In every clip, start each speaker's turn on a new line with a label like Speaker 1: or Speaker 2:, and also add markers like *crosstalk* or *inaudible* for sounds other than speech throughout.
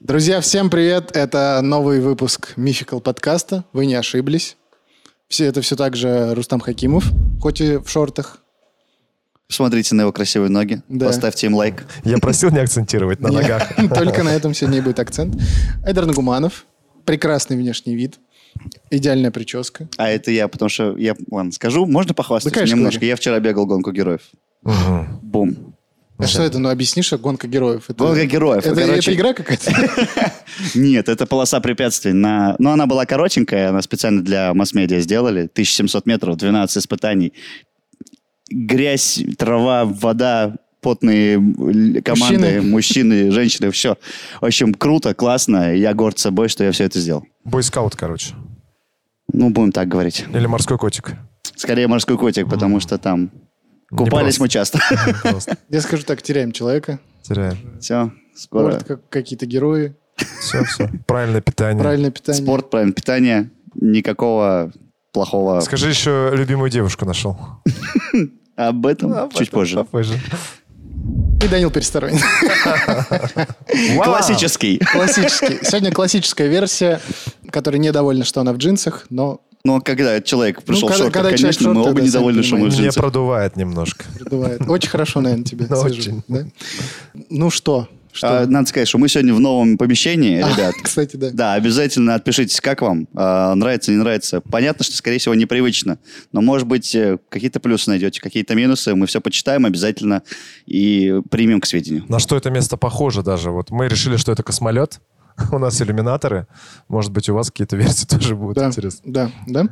Speaker 1: Друзья, всем привет! Это новый выпуск Мификал подкаста. Вы не ошиблись. Все это все так же Рустам Хакимов, хоть и в шортах.
Speaker 2: Смотрите на его красивые ноги,
Speaker 1: Да.
Speaker 2: поставьте им лайк.
Speaker 3: Я просил не акцентировать на ногах.
Speaker 1: *laughs* Только на этом сегодня и будет акцент. Эдар Нагуманов. Прекрасный внешний вид. Идеальная прическа.
Speaker 2: А это я, потому что я, ладно, скажу, можно похвастаться
Speaker 1: Да, конечно,
Speaker 2: немножко?
Speaker 1: говори.
Speaker 2: Я вчера бегал гонку героев. Бум.
Speaker 1: А что это? Ну объяснишь, что гонка героев. Это-
Speaker 2: Гонка героев.
Speaker 1: Это,
Speaker 2: Короче,
Speaker 1: это игра какая-то?
Speaker 2: Нет, это полоса препятствий. На... Но она была коротенькая, она специально для масс-медиа сделали. 1700 метров, 12 испытаний. Грязь, трава, вода, потные л- команды, мужчины, женщины, все. В общем, круто, классно. Я горд собой, что я все это сделал.
Speaker 3: Бойскаут, короче.
Speaker 2: Ну, будем так говорить.
Speaker 3: Или морской котик.
Speaker 2: Скорее морской котик, потому что там купались мы часто. *laughs*
Speaker 3: Просто
Speaker 1: Я скажу так, теряем человека.
Speaker 3: теряем.
Speaker 2: Все, скоро.
Speaker 1: Спорт, как- какие-то герои,
Speaker 3: Все, все. Правильное питание.
Speaker 1: правильное питание.
Speaker 2: Спорт, правильно, питание, никакого плохого.
Speaker 3: Скажи еще, любимую девушку нашел.
Speaker 2: Об этом
Speaker 1: А,
Speaker 2: чуть позже.
Speaker 3: Позже.
Speaker 1: И Данил Пересторонин.
Speaker 2: Классический.
Speaker 1: Классический. Сегодня классическая версия, которая недовольна, что она в джинсах, но
Speaker 2: Но когда человек пришел
Speaker 1: Ну, когда-
Speaker 2: в шортах,
Speaker 1: когда человек
Speaker 2: конечно,
Speaker 1: в
Speaker 2: мы
Speaker 1: шортах,
Speaker 2: оба
Speaker 1: да,
Speaker 2: недовольны,
Speaker 1: сами
Speaker 2: что мы в
Speaker 1: понимаете.
Speaker 3: Мне
Speaker 2: джинсах.
Speaker 3: продувает немножко.
Speaker 1: Продувает. Очень хорошо, наверное, тебе.
Speaker 3: Да,
Speaker 1: свежо,
Speaker 3: очень.
Speaker 1: да? Ну что?
Speaker 2: А,
Speaker 1: Что? А,
Speaker 2: Надо сказать, что мы сегодня в новом помещении,
Speaker 1: *laughs*
Speaker 2: ребят.
Speaker 1: Кстати, да.
Speaker 2: Да, обязательно отпишитесь, как вам, А, нравится, не нравится. Понятно, что, скорее всего, непривычно, но, может быть, э, какие-то плюсы найдете, какие-то минусы, мы все почитаем обязательно и примем к сведению.
Speaker 3: На что это место похоже даже? Вот мы решили, что это космолет. *laughs* У нас иллюминаторы. Может быть, у вас какие-то версии *laughs* тоже будут
Speaker 1: Да,
Speaker 3: интересны.
Speaker 1: да, да.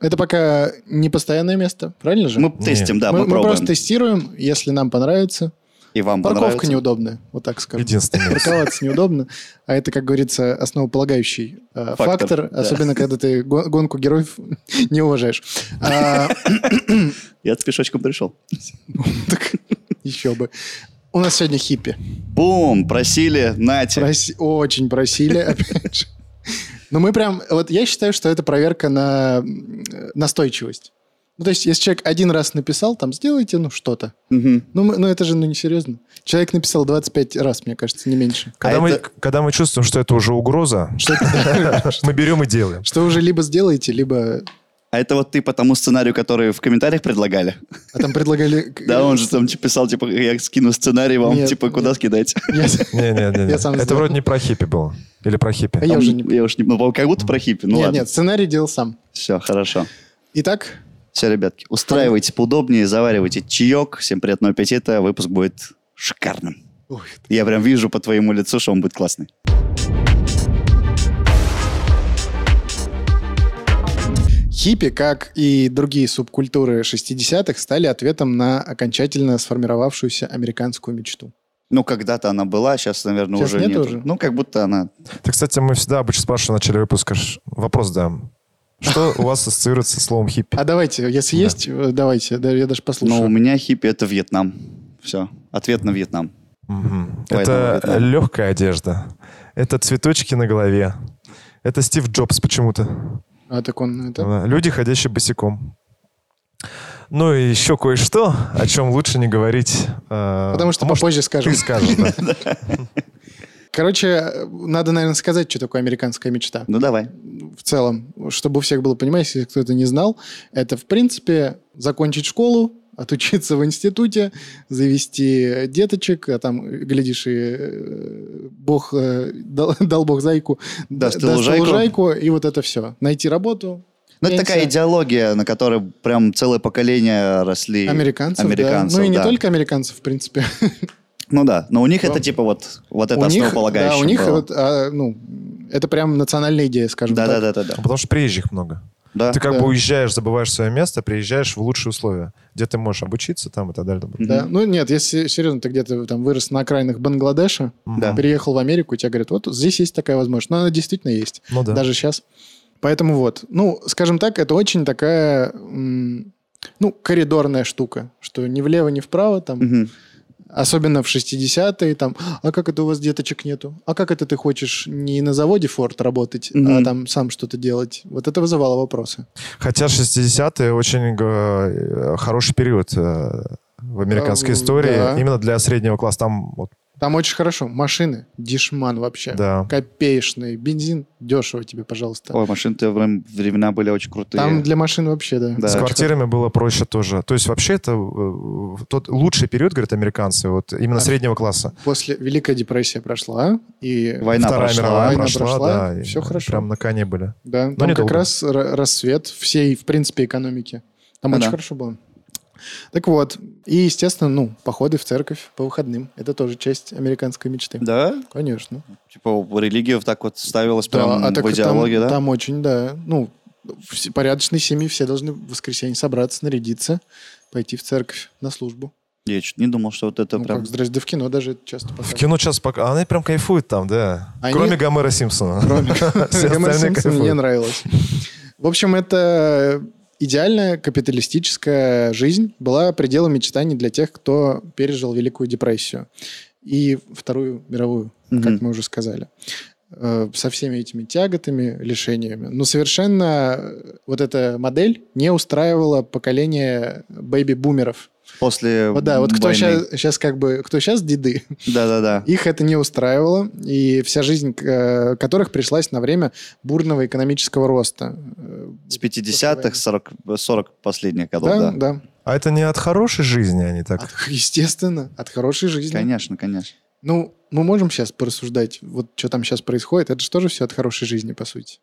Speaker 1: Это пока не постоянное место, правильно же?
Speaker 2: Мы тестим, да,
Speaker 1: Мы-
Speaker 2: мы
Speaker 1: мы просто
Speaker 2: пробуем.
Speaker 1: тестируем, если нам понравится.
Speaker 2: И вам
Speaker 1: Парковка
Speaker 2: понравится.
Speaker 1: неудобная, вот так скажем.
Speaker 3: Единственное.
Speaker 1: Парковаться неудобно, а это, как говорится, основополагающий э, фактор,
Speaker 2: Фактор, да.
Speaker 1: особенно когда ты го- гонку героев *laughs* не уважаешь. А, *laughs*
Speaker 2: Я с пешочком пришел.
Speaker 1: так, еще бы. У нас сегодня хиппи.
Speaker 2: Бум! Просили, Натя.
Speaker 1: Проси- очень
Speaker 2: *laughs*
Speaker 1: просили, опять же. Но мы прям... Вот я считаю, что это проверка на м, настойчивость. Ну, то есть, если человек один раз написал, там, сделайте, ну, что-то.
Speaker 2: Мгм.
Speaker 1: Ну, мы- ну, это же, ну, несерьезно. Человек написал 25 раз, мне кажется, не меньше.
Speaker 3: Когда,
Speaker 2: А
Speaker 3: мы,
Speaker 2: это-
Speaker 3: когда мы чувствуем, что это уже угроза, *laughs*
Speaker 2: *laughs*
Speaker 3: мы берем и делаем.
Speaker 1: Что вы уже либо сделаете, либо...
Speaker 2: А это вот ты по тому сценарию, который в комментариях предлагали?
Speaker 1: А там предлагали... к-
Speaker 2: Да, он же там типа, писал, типа, я скину сценарий вам,
Speaker 1: Нет,
Speaker 2: типа,
Speaker 1: *laughs*
Speaker 2: куда
Speaker 1: нет.
Speaker 2: скидать?
Speaker 1: Я-
Speaker 3: Не-не-не.
Speaker 1: Я сам
Speaker 3: Это
Speaker 1: сделал.
Speaker 3: вроде не про хиппи было. Или про
Speaker 1: А
Speaker 3: хиппи.
Speaker 1: я уже не...
Speaker 2: Я уж не... Ну, как будто про хиппи, ну
Speaker 1: Нет,
Speaker 2: ладно.
Speaker 1: нет, сценарий делал сам.
Speaker 2: Все, хорошо.
Speaker 1: Итак,
Speaker 2: Все, ребятки, устраивайтесь поудобнее, заваривайте чаек. Всем приятного аппетита. Выпуск будет шикарным.
Speaker 1: ой,
Speaker 2: Я прям вижу по твоему лицу, что он будет классный.
Speaker 1: Хиппи, как и другие субкультуры 60-х, стали ответом на окончательно сформировавшуюся американскую мечту.
Speaker 2: Ну, когда-то она была, сейчас, наверное,
Speaker 1: Сейчас
Speaker 2: уже
Speaker 1: нет
Speaker 2: нет.
Speaker 1: уже?
Speaker 2: Ну, как будто она...
Speaker 3: Ты, кстати, мы всегда обычно спрашиваем в начале выпуска, ш- вопрос даем. Что у вас ассоциируется с словом хиппи?
Speaker 1: А давайте, если
Speaker 3: Да. Ну,
Speaker 1: есть, э, давайте, да, я даже
Speaker 2: Но у
Speaker 1: послушаю.
Speaker 2: меня хиппи — это Вьетнам. Все, ответ на Вьетнам.
Speaker 1: ну,
Speaker 3: Мгм.
Speaker 2: Поэтому
Speaker 3: Это
Speaker 2: Вьетнам.
Speaker 3: легкая одежда. Это цветочки на голове. Это Стив Джобс почему-то.
Speaker 1: А так он это?
Speaker 3: Да, Люди, ходящие босиком. Ну и еще кое-что, о чем лучше не говорить. э,
Speaker 1: Потому что
Speaker 3: а может,
Speaker 1: попозже скажем.
Speaker 3: ты скажешь. да.
Speaker 1: *laughs* Короче, э, надо, наверное, сказать, что такое американская мечта.
Speaker 2: Ну, давай.
Speaker 1: В целом, чтобы у всех было понимание, если кто-то не знал, это, в принципе, закончить школу, отучиться в институте, завести деточек, а там, глядишь, и э, бог, э, дал, *laughs* дал бог зайку,
Speaker 2: Да,
Speaker 1: даст
Speaker 2: лужайку.
Speaker 1: лужайку, и вот это все. Найти работу.
Speaker 2: Ну, это такая
Speaker 1: пенсия.
Speaker 2: идеология, на которой прям целое поколение росли.
Speaker 1: Американцев,
Speaker 2: Американцев,
Speaker 1: да. Ну и не
Speaker 2: да.
Speaker 1: только американцев, в принципе.
Speaker 2: Ну да, но у них это типа вот, вот это
Speaker 1: у них,
Speaker 2: основополагающее
Speaker 1: да, у них
Speaker 2: было.
Speaker 1: вот, а, ну, это прям национальная идея, скажем
Speaker 2: да,
Speaker 1: так.
Speaker 2: да, да, да, да,
Speaker 3: Потому что приезжих много.
Speaker 2: да.
Speaker 3: Ты как
Speaker 1: Да.
Speaker 3: бы уезжаешь, забываешь свое место, приезжаешь в лучшие условия, где ты можешь обучиться там и так далее.
Speaker 2: Мгм.
Speaker 1: Да. Ну нет, если серьезно, ты где-то там вырос на окраинах Бангладеша,
Speaker 2: Да.
Speaker 1: переехал в Америку, и тебе говорят, вот здесь есть такая возможность. Но она действительно есть,
Speaker 3: Ну да.
Speaker 1: даже сейчас. Поэтому вот, ну, скажем так, это очень такая, м, ну, коридорная штука, что ни влево, ни вправо, там,
Speaker 2: Мгм.
Speaker 1: особенно в 60-е, там, а как это у вас деточек нету? А как это ты хочешь не на заводе Форд работать, а
Speaker 2: Мгм.
Speaker 1: там сам что-то делать? Вот это вызывало вопросы.
Speaker 3: Хотя 60-е очень э, хороший период э, в американской
Speaker 1: Эм,
Speaker 3: истории.
Speaker 1: да.
Speaker 3: Именно для среднего класса. Там вот,
Speaker 1: Там очень хорошо. Машины. Дешман вообще.
Speaker 3: да.
Speaker 1: Копеечные. Бензин. Дешево тебе, пожалуйста.
Speaker 2: Ой, машины-то врем- времена были очень крутые.
Speaker 1: Там для машин вообще, да.
Speaker 2: Да.
Speaker 3: С квартирами было проще тоже. То есть вообще это э, тот лучший период, говорят американцы, вот именно
Speaker 1: А-
Speaker 3: среднего класса.
Speaker 1: После Великая депрессия прошла, а? и
Speaker 2: Война
Speaker 3: Вторая
Speaker 2: прошла.
Speaker 3: мировая
Speaker 1: Война
Speaker 3: прошла,
Speaker 1: прошла,
Speaker 3: да. и
Speaker 1: всё хорошо.
Speaker 3: Прям на коне были.
Speaker 1: да, там как
Speaker 3: недолго.
Speaker 1: раз ра- рассвет всей, в принципе, экономики. Там
Speaker 2: Ну
Speaker 1: очень
Speaker 2: да.
Speaker 1: хорошо было. Так вот, и, естественно, ну, походы в церковь по выходным. Это тоже часть американской мечты.
Speaker 2: Да?
Speaker 1: Конечно.
Speaker 2: Типа религия вот так вот ставилась
Speaker 1: Да,
Speaker 2: прям
Speaker 1: а так
Speaker 2: в
Speaker 1: и там,
Speaker 2: идеологии, да?
Speaker 1: там очень, да, ну, все- порядочные семьи все должны в воскресенье собраться, нарядиться, пойти в церковь на службу.
Speaker 2: Я чуть не думал, что вот это
Speaker 1: ну,
Speaker 2: прям...
Speaker 1: как, здрасте, да в кино даже это часто
Speaker 3: В
Speaker 1: показывают.
Speaker 3: кино сейчас пока... а Они прям кайфуют там, да.
Speaker 1: Они-
Speaker 3: Кроме Гомера Симпсона. *laughs*
Speaker 1: Кроме
Speaker 3: Все
Speaker 1: Гомер
Speaker 3: остальные
Speaker 1: Симпсон
Speaker 3: кайфуют.
Speaker 1: мне нравилось. В общем, это идеальная капиталистическая жизнь была пределом мечтаний для тех, кто пережил Великую депрессию и Вторую мировую,
Speaker 2: Мгм.
Speaker 1: как мы уже сказали. Э, Со всеми этими тяготами, лишениями. Но совершенно э, вот эта модель не устраивала поколение бэйби-бумеров.
Speaker 2: После
Speaker 1: Вот да, вот кто
Speaker 2: войны.
Speaker 1: сейчас, как бы, кто сейчас деды,
Speaker 2: Да-да-да.
Speaker 1: их это не устраивало, и вся жизнь э, которых пришлась на время бурного экономического роста. Э,
Speaker 2: С 50-х, 40, 40 последних годов,
Speaker 1: да,
Speaker 2: да.
Speaker 1: да.
Speaker 3: А это не от хорошей жизни они так.
Speaker 1: От- *laughs* естественно, от хорошей жизни.
Speaker 2: Конечно, конечно.
Speaker 1: Ну, мы можем сейчас порассуждать, вот что там сейчас происходит. Это же тоже все от хорошей жизни, по сути.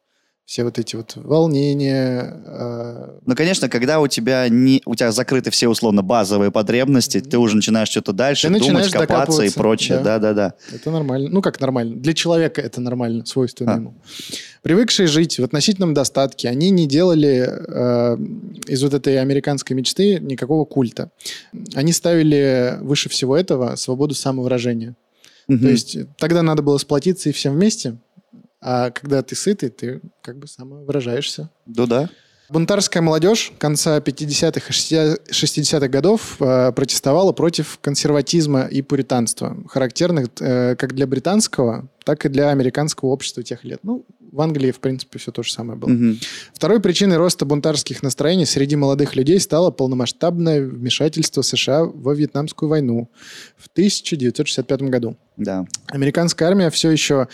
Speaker 1: Все вот эти вот волнения. э,
Speaker 2: Ну, конечно, когда у тебя не, у тебя закрыты все условно базовые потребности,
Speaker 1: Мгм.
Speaker 2: ты уже начинаешь что-то дальше
Speaker 1: Ты начинаешь
Speaker 2: думать, копаться и
Speaker 1: докапываться,
Speaker 2: прочее.
Speaker 1: да.
Speaker 2: Да-да-да.
Speaker 1: это нормально. Ну, как нормально. Для человека это нормально, свойственно
Speaker 2: А.
Speaker 1: ему. Привыкшие жить в относительном достатке, они не делали э, из вот этой американской мечты никакого культа. они ставили выше всего этого свободу самовыражения.
Speaker 2: Мгм.
Speaker 1: То есть э, тогда надо было сплотиться и всем вместе, а когда ты сытый, ты как бы самовыражаешься.
Speaker 2: Ну да.
Speaker 1: Бунтарская молодежь конца 50-х и 60-х годов э, протестовала против консерватизма и пуританства, характерных э, как для британского, так и для американского общества тех лет. Ну, в Англии, в принципе, все то же самое было.
Speaker 2: Мгм.
Speaker 1: Второй причиной роста бунтарских настроений среди молодых людей стало полномасштабное вмешательство США во Вьетнамскую войну в 1965 году.
Speaker 2: Да.
Speaker 1: Американская армия все еще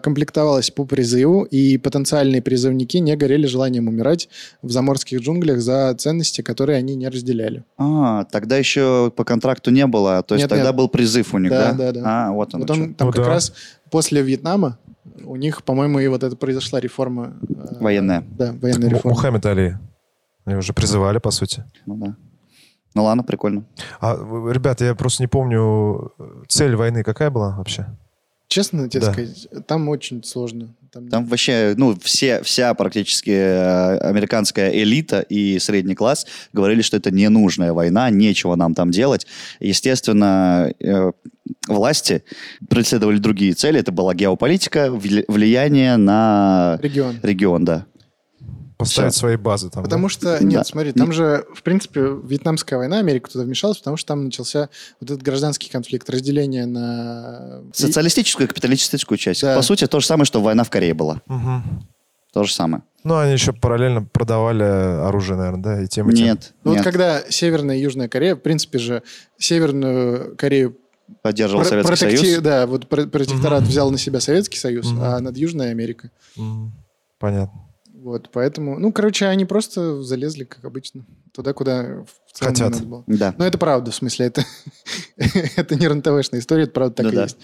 Speaker 1: комплектовалась по призыву, и потенциальные призывники не горели желанием умирать в заморских джунглях за ценности, которые они не разделяли.
Speaker 2: А, тогда еще по контракту не было, то есть
Speaker 1: Нет,
Speaker 2: тогда
Speaker 1: нет.
Speaker 2: был призыв у них,
Speaker 1: Да,
Speaker 2: да?
Speaker 1: да, да.
Speaker 2: А, вот он.
Speaker 1: Вот он там
Speaker 3: Ну
Speaker 1: как
Speaker 3: да.
Speaker 1: раз после Вьетнама у них, по-моему, и вот это произошла реформа. э,
Speaker 2: Военная.
Speaker 1: Да,
Speaker 3: Так
Speaker 1: военная
Speaker 3: Му-
Speaker 1: реформа.
Speaker 3: Мухаммед Али. Они уже призывали, по сути.
Speaker 2: Ну да. Ну ладно, прикольно.
Speaker 3: А, э, ребята, я просто не помню, э, цель войны какая была вообще?
Speaker 1: Честно тебе
Speaker 3: Да.
Speaker 1: сказать, там очень сложно. Там
Speaker 2: Там вообще, ну, все, вся практически э, американская элита и средний класс говорили, что это ненужная война, нечего нам там делать. Естественно, э, власти преследовали другие цели. Это была геополитика, вли- влияние на
Speaker 1: регион.
Speaker 2: регион, да.
Speaker 3: Поставить
Speaker 2: Всё.
Speaker 3: свои базы там.
Speaker 1: Потому
Speaker 3: да?
Speaker 1: что, нет,
Speaker 2: Да.
Speaker 1: смотри, там же, в принципе, Вьетнамская война, Америка туда вмешалась, потому что там начался вот этот гражданский конфликт, разделение на...
Speaker 2: Социалистическую и капиталистическую часть.
Speaker 1: Да.
Speaker 2: По сути, то же самое, что война в Корее была.
Speaker 3: Мгм.
Speaker 2: То же самое.
Speaker 3: Ну, они еще параллельно продавали оружие, наверное, да, и тем, и тем.
Speaker 2: Нет,
Speaker 1: Ну,
Speaker 2: нет,
Speaker 1: вот когда Северная и Южная Корея, в принципе же, Северную Корею
Speaker 2: поддерживал
Speaker 1: про-
Speaker 2: Советский
Speaker 1: протекти-
Speaker 2: Союз.
Speaker 1: да, вот про- протекторат
Speaker 3: Мгм.
Speaker 1: взял на себя Советский Союз,
Speaker 3: Мгм.
Speaker 1: а над Южной Америка.
Speaker 3: Мгм. Понятно.
Speaker 1: Вот, поэтому, ну, короче, они просто залезли, как обычно, туда, куда в целом не
Speaker 3: Хотят.
Speaker 1: надо было.
Speaker 2: Да.
Speaker 1: Ну, это правда, в смысле, это, *laughs* это не рентовешная история, это правда так
Speaker 2: Ну
Speaker 1: и
Speaker 2: да.
Speaker 1: есть.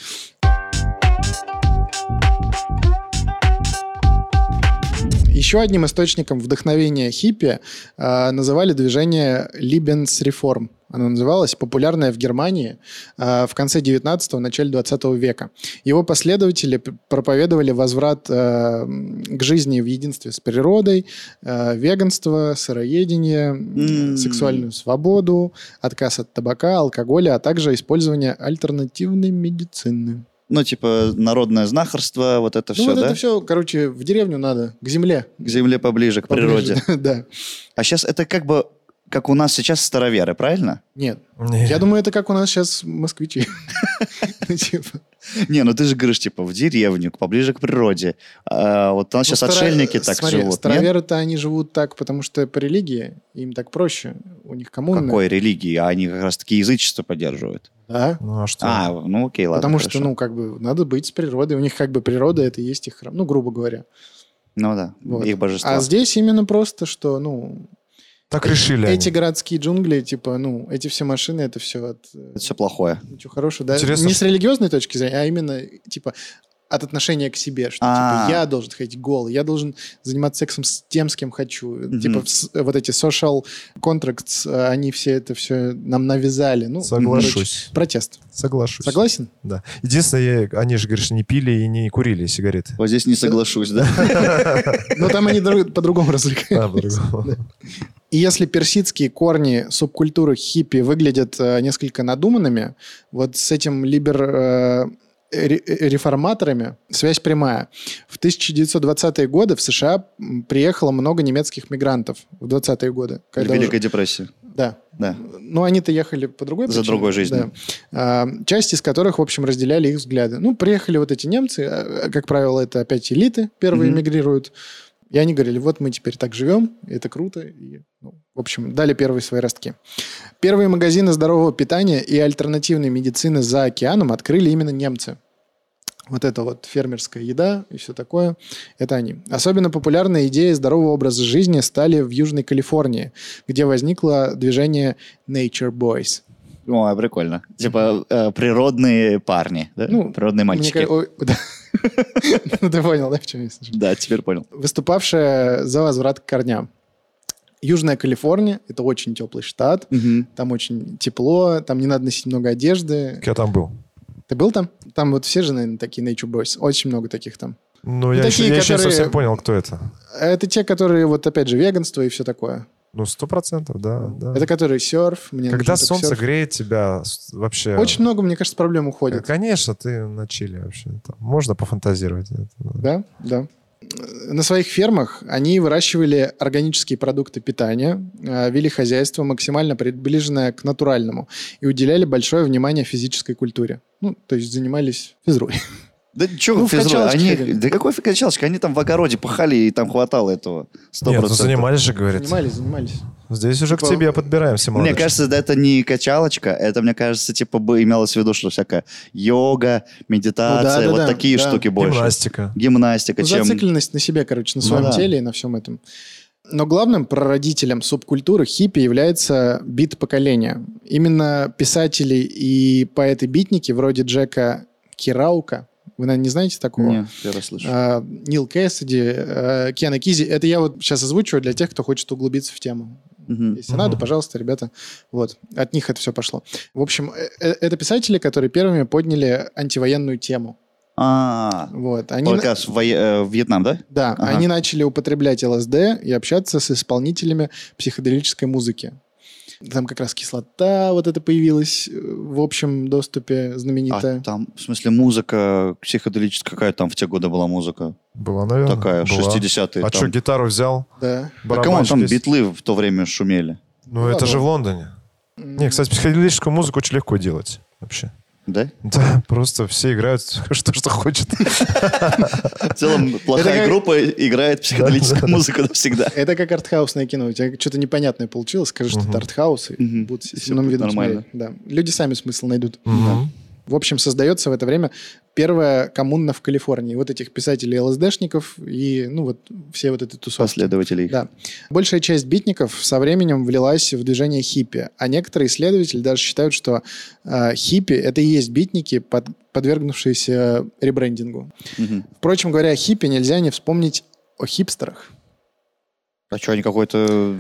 Speaker 1: Еще одним источником вдохновения хиппи э, называли движение Lebensreform. Оно называлось популярное в Германии э, в конце 19-го, начале 20 века. Его последователи п- проповедовали возврат э, м, к жизни в единстве с природой, э, веганство, сыроедение, м,
Speaker 2: М.
Speaker 1: сексуальную свободу, отказ от табака, алкоголя, а также использование альтернативной медицины.
Speaker 2: Ну, типа, народное знахарство, вот это
Speaker 1: ну,
Speaker 2: все,
Speaker 1: вот
Speaker 2: да?
Speaker 1: это все, короче, в деревню надо, к земле.
Speaker 2: К земле поближе, к
Speaker 1: поближе.
Speaker 2: природе.
Speaker 1: *laughs* Да.
Speaker 2: А сейчас это как бы как у нас сейчас староверы, правильно?
Speaker 1: Нет.
Speaker 3: Не.
Speaker 2: *laughs*
Speaker 1: Я думаю, это как у нас сейчас москвичи. Типа.
Speaker 2: Не, ну ты же говоришь, типа, в деревню, поближе к природе. А, вот у нас
Speaker 1: Ну,
Speaker 2: сейчас
Speaker 1: старо-
Speaker 2: отшельники так
Speaker 1: смотри,
Speaker 2: живут, нет?
Speaker 1: Староверы-то они живут так, потому что по религии им так проще. У них коммуны.
Speaker 2: Какой религии? А они как раз-таки язычество поддерживают.
Speaker 1: Да.
Speaker 3: *laughs* Ну а что?
Speaker 2: А, ну окей, ладно,
Speaker 1: потому что,
Speaker 2: хорошо.
Speaker 1: ну, как бы, надо быть с природой. У них как бы природа это и есть их храм. Ну, грубо говоря.
Speaker 2: Ну да,
Speaker 1: Вот.
Speaker 2: их божество.
Speaker 1: А здесь именно просто, что, ну,
Speaker 3: так решили
Speaker 1: эти
Speaker 3: они.
Speaker 1: городские джунгли, типа, ну, эти все машины, это все от... э,
Speaker 2: Это все плохое.
Speaker 1: Ничего хорошего, да?
Speaker 3: Интересно,
Speaker 1: Не с
Speaker 3: что-
Speaker 1: религиозной точки зрения, а именно, типа, от отношения к себе, что, типа,
Speaker 2: А.
Speaker 1: я должен ходить голый, я должен заниматься сексом с тем, с кем хочу.
Speaker 2: Мгм.
Speaker 1: Типа, с- вот эти social contracts, э, они все это все нам навязали. Ну, короче,
Speaker 3: Соглашусь.
Speaker 1: протест.
Speaker 3: Соглашусь.
Speaker 1: Согласен?
Speaker 3: Да. Единственное, я- они же, говоришь, не пили и не курили сигареты.
Speaker 2: Вот здесь не соглашусь, да?
Speaker 1: Но там они друг- по-другому *laughs* развлекаются.
Speaker 3: А, по-другому.
Speaker 1: И если персидские корни субкультуры хиппи выглядят э, несколько надуманными, вот с этим либер э, ре- э, реформаторами связь прямая. В 1920-е годы в США м, приехало много немецких мигрантов в 20-е годы. *laughs*
Speaker 2: В
Speaker 1: когда уже-
Speaker 2: Великой депрессии,
Speaker 1: Да.
Speaker 2: да.
Speaker 1: Ну, они-то ехали по другой
Speaker 2: За
Speaker 1: причине,
Speaker 2: другой жизнью.
Speaker 1: да. А, часть из которых, в общем, разделяли их взгляды. Ну, приехали вот эти немцы, а, как правило, это опять элиты первые
Speaker 2: Мгм.
Speaker 1: эмигрируют. И они говорили, вот мы теперь так живем, и это круто. И, ну, в общем, дали первые свои ростки. Первые магазины здорового питания и альтернативной медицины за океаном открыли именно немцы. Вот это вот фермерская еда и все такое, это они. Особенно популярные идеи здорового образа жизни стали в Южной Калифорнии, где возникло движение Nature Boys.
Speaker 2: О, а, прикольно. Типа э, природные парни, да?
Speaker 1: Ну,
Speaker 2: природные
Speaker 1: Мне
Speaker 2: мальчики.
Speaker 1: ка- ой, *laughs* да. Ну, ты понял, да, в чем я слышу?
Speaker 2: Да, теперь понял.
Speaker 1: Выступавшая за возврат к корням. Южная Калифорния – это очень теплый штат,
Speaker 2: Мгм.
Speaker 1: там очень тепло, там не надо носить много одежды.
Speaker 3: Я там был.
Speaker 1: Ты был там? Там вот все же, наверное, такие Nature Boys. Очень много таких там.
Speaker 3: Ну, я,
Speaker 1: такие,
Speaker 3: еще, я еще не
Speaker 1: которые-
Speaker 3: совсем понял, кто это.
Speaker 1: Это те, которые, вот опять же, веганство и все такое.
Speaker 3: Ну, сто процентов, да. да.
Speaker 1: Это которые серф. Мне
Speaker 3: Когда
Speaker 1: нужен только
Speaker 3: солнце
Speaker 1: серф.
Speaker 3: греет тебя с- вообще...
Speaker 1: Очень много, мне кажется, проблем
Speaker 3: Э,
Speaker 1: уходит.
Speaker 3: Конечно, ты на чиле вообще. Там можно пофантазировать. ну, Это, да.
Speaker 1: Да, да. Э, На своих фермах они выращивали органические продукты питания, э, вели хозяйство, максимально приближенное к натуральному, и уделяли большое внимание физической культуре. Ну, то есть занимались *laughs* физрой.
Speaker 2: Да
Speaker 1: Ну,
Speaker 2: чего
Speaker 1: в
Speaker 2: физру?
Speaker 1: качалочке
Speaker 2: Они...
Speaker 1: ходили.
Speaker 2: Да какой качалочка? Они там в огороде пахали, и там хватало этого. Сто
Speaker 3: Нет, ну
Speaker 2: процентов.
Speaker 3: занимались же, говорит.
Speaker 1: Занимались, занимались.
Speaker 3: Здесь уже к
Speaker 1: Типа,
Speaker 3: тебе подбираемся,
Speaker 2: Мне
Speaker 3: молодой.
Speaker 2: кажется, да, это не качалочка, это, мне кажется, типа бы имелось в виду, что всякая йога,
Speaker 1: Ну
Speaker 2: медитация,
Speaker 1: да, да,
Speaker 2: вот
Speaker 1: да,
Speaker 2: такие
Speaker 1: да.
Speaker 2: штуки больше.
Speaker 3: Гимнастика.
Speaker 2: Гимнастика,
Speaker 1: Ну,
Speaker 2: чем...
Speaker 1: Зацикленность на себе, короче, на
Speaker 2: Ну
Speaker 1: своем
Speaker 2: да.
Speaker 1: теле и на всем этом. Но главным прародителем субкультуры хиппи является бит поколения. Именно писатели и поэты-битники вроде Джека Кираука, вы, наверное, не знаете такого?
Speaker 2: Не, первый слышу.
Speaker 1: А, Нил Кэссиди, а, Киана Кизи. Это я вот сейчас озвучиваю для тех, кто хочет углубиться в тему.
Speaker 2: Мгм.
Speaker 1: Если надо,
Speaker 3: Мгм.
Speaker 1: пожалуйста, ребята. Вот. От них это все пошло. В общем, э- э- это писатели, которые первыми подняли антивоенную тему.
Speaker 2: А,
Speaker 1: Вот. Они, на-
Speaker 2: только с вое- э, Вьетнам, да?
Speaker 1: да,
Speaker 2: Ага.
Speaker 1: они начали употреблять ЛСД и общаться с исполнителями психоделической музыки. Там как раз кислота вот это появилась э, в общем доступе знаменитая.
Speaker 2: А там, в смысле, музыка психоделическая, какая там в те годы была музыка?
Speaker 3: Была, наверное.
Speaker 2: Такая,
Speaker 3: была.
Speaker 2: 60-е. там.
Speaker 3: А что, гитару взял?
Speaker 1: Да.
Speaker 2: Да камон,
Speaker 3: барабанщик
Speaker 2: там
Speaker 3: есть?
Speaker 2: битлы в то время шумели,
Speaker 3: Ну, это
Speaker 1: Ладно.
Speaker 3: же в Лондоне. Не, кстати, психоделическую музыку очень легко делать вообще. *laughs*
Speaker 2: да?
Speaker 3: Да, просто все играют *laughs* что, что хочет.
Speaker 2: В целом, плохая
Speaker 1: как-
Speaker 2: группа играет психоделическую музыку навсегда.
Speaker 1: Это как артхаусное кино. У тебя что-то непонятное получилось. Скажи, что
Speaker 3: Мгм.
Speaker 1: это артхаус, и
Speaker 2: Мгм.
Speaker 1: будут с
Speaker 2: Всё
Speaker 1: земным
Speaker 2: будет
Speaker 1: видом
Speaker 2: нормально.
Speaker 1: смотреть. Да. Люди сами смысл найдут.
Speaker 3: Мгм.
Speaker 1: В общем, создается в это время первая коммуна в Калифорнии. Вот этих писателей ЛСДшников и, ну, вот все вот эти тусовки.
Speaker 2: Последователи их.
Speaker 1: Да. Большая часть битников со временем влилась в движение хиппи, а некоторые исследователи даже считают, что э, хиппи — это и есть битники, под- подвергнувшиеся ребрендингу.
Speaker 2: Мгм.
Speaker 1: Впрочем говоря, о хиппи нельзя не вспомнить о хипстерах.
Speaker 2: А что, они какое-то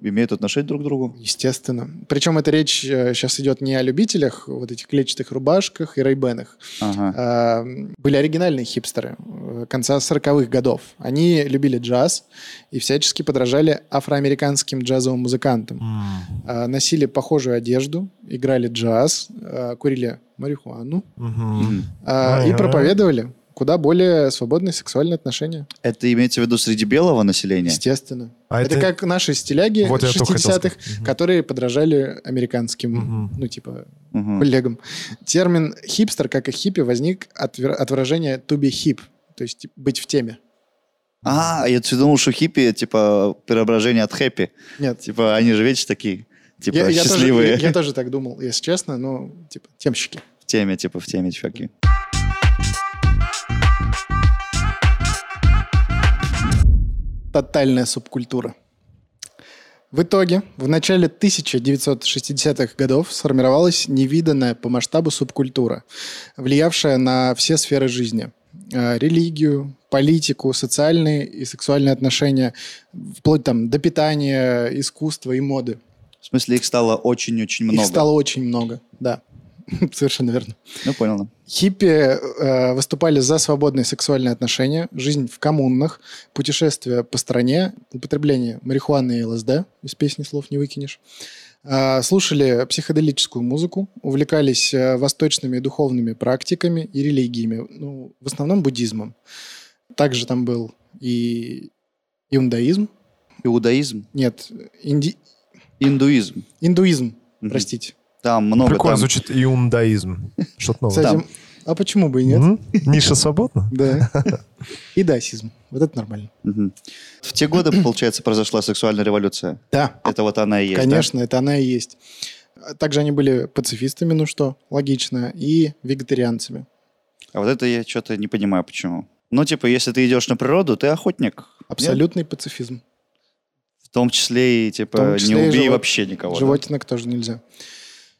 Speaker 2: имеют отношение друг к другу?
Speaker 1: Естественно. Причем эта речь сейчас идет не о любителях вот этих клетчатых рубашках и рейбенах.
Speaker 2: Ага.
Speaker 1: А, были оригинальные хипстеры э, конца 40-х годов. Они любили джаз и всячески подражали афроамериканским джазовым музыкантам.
Speaker 3: М.
Speaker 1: А, носили похожую одежду, играли джаз, а, курили марихуану
Speaker 3: Мгм.
Speaker 2: Мгм.
Speaker 1: а, и
Speaker 3: Ага.
Speaker 1: проповедовали куда более свободные сексуальные отношения.
Speaker 2: Это имеется в виду среди белого населения?
Speaker 1: Естественно.
Speaker 3: А
Speaker 1: это,
Speaker 3: это-
Speaker 1: как наши стиляги
Speaker 3: Вот я только хотел
Speaker 1: 60-х,
Speaker 3: сказать. Мгм.
Speaker 1: которые подражали американским,
Speaker 3: Мгм.
Speaker 1: ну, типа,
Speaker 2: Мгм.
Speaker 1: коллегам. Термин «хипстер», как и «хиппи», возник от, вер- от выражения «to be hip», то есть типа, «быть в теме».
Speaker 2: А, я всё думал, что хиппи, типа, преображение от хэппи.
Speaker 1: Нет,
Speaker 2: Типа, они же вечно такие, типа,
Speaker 1: я, я тоже,
Speaker 2: счастливые.
Speaker 1: я- я тоже так думал, если честно, но, типа, темщики.
Speaker 2: В теме, типа, в теме, чуваки.
Speaker 1: тотальная субкультура. В итоге, в начале 1960-х годов сформировалась невиданная по масштабу субкультура, влиявшая на все сферы жизни. Э, Религию, политику, социальные и сексуальные отношения, вплоть там, до питания, искусства и моды.
Speaker 2: В смысле, их стало очень-очень много.
Speaker 1: Их стало очень много, да. *laughs* Совершенно верно.
Speaker 2: Ну, понял. да.
Speaker 1: Хиппи э, выступали за свободные сексуальные отношения, жизнь в коммунах, путешествия по стране, употребление марихуаны и ЛСД, из песни слов не выкинешь. Э, слушали психоделическую музыку, увлекались э, восточными и духовными практиками и религиями, ну, в основном буддизмом. Также там был и иудаизм,
Speaker 2: Иудаизм,
Speaker 1: нет, инди-
Speaker 2: индуизм.
Speaker 1: индуизм,
Speaker 2: Мгм.
Speaker 1: простите.
Speaker 2: Там много,
Speaker 3: Прикольно
Speaker 2: там
Speaker 3: звучит иундаизм. Что-то новое.
Speaker 1: Кстати,
Speaker 2: Там.
Speaker 1: а почему бы и нет?
Speaker 3: М?
Speaker 1: *laughs*
Speaker 3: Ниша свободна?
Speaker 1: Да. И дасизм. Вот это нормально.
Speaker 2: Мгм. В те годы, получается, произошла сексуальная революция.
Speaker 1: Да.
Speaker 2: Это вот она и есть. да?
Speaker 1: А Конечно, это она и есть. А Также они были пацифистами, ну что, логично, и вегетарианцами.
Speaker 2: А вот это я что-то не понимаю, почему. Ну, типа, если ты идешь на природу, ты охотник. Нет?
Speaker 1: Абсолютный пацифизм.
Speaker 2: В том числе и, типа,
Speaker 1: В том числе
Speaker 2: не
Speaker 1: и
Speaker 2: убей
Speaker 1: живот-
Speaker 2: вообще никого. да.
Speaker 1: Животинок тоже нельзя.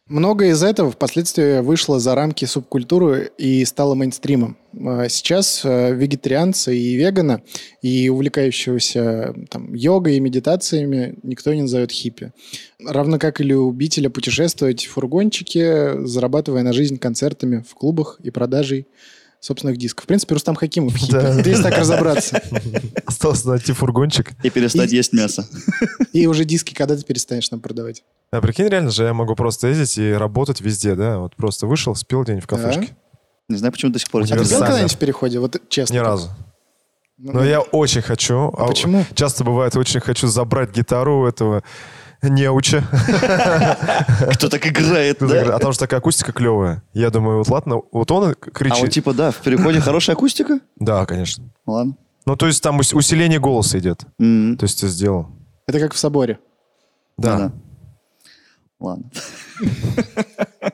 Speaker 1: Многое из этого впоследствии вышло за рамки субкультуры и стало мейнстримом. А Сейчас э, вегетарианца и вегана, и увлекающегося э, там, йогой и медитациями никто не назовет хиппи. Равно как и любителя путешествовать в фургончике, зарабатывая на жизнь концертами в клубах и продажей собственных дисков. В принципе, Рустам Хакимов хиппи,
Speaker 3: *laughs* Да.
Speaker 1: Это если так разобраться.
Speaker 3: Осталось найти фургончик.
Speaker 2: И перестать
Speaker 1: И-
Speaker 2: есть мясо.
Speaker 1: И уже диски когда ты перестанешь нам продавать?
Speaker 3: А прикинь, реально же я могу просто ездить и работать везде, да? Вот просто вышел, спил день в
Speaker 1: Да.
Speaker 3: кафешке.
Speaker 2: Не знаю, почему до сих пор
Speaker 3: У
Speaker 2: эти
Speaker 1: А ты был
Speaker 3: Универсально.
Speaker 1: когда-нибудь в переходе? Вот честно.
Speaker 3: Ни
Speaker 1: так.
Speaker 3: разу.
Speaker 1: Ну,
Speaker 3: Но я очень хочу.
Speaker 1: а почему?
Speaker 3: Часто бывает, очень хочу забрать гитару у этого неуча. *laughs*
Speaker 2: *laughs* Кто так играет, да?
Speaker 3: А там же такая акустика клевая. Я думаю, вот ладно, вот он
Speaker 2: А вот
Speaker 3: кричит.
Speaker 2: типа, да, в переходе хорошая акустика.
Speaker 3: Да, конечно.
Speaker 2: Ладно. М-м.
Speaker 3: Ну, то есть там ус- усиление голоса идет.
Speaker 2: М,
Speaker 3: То есть ты сделал.
Speaker 1: Это как в соборе.
Speaker 3: Да.
Speaker 2: да. Ладно. *laughs*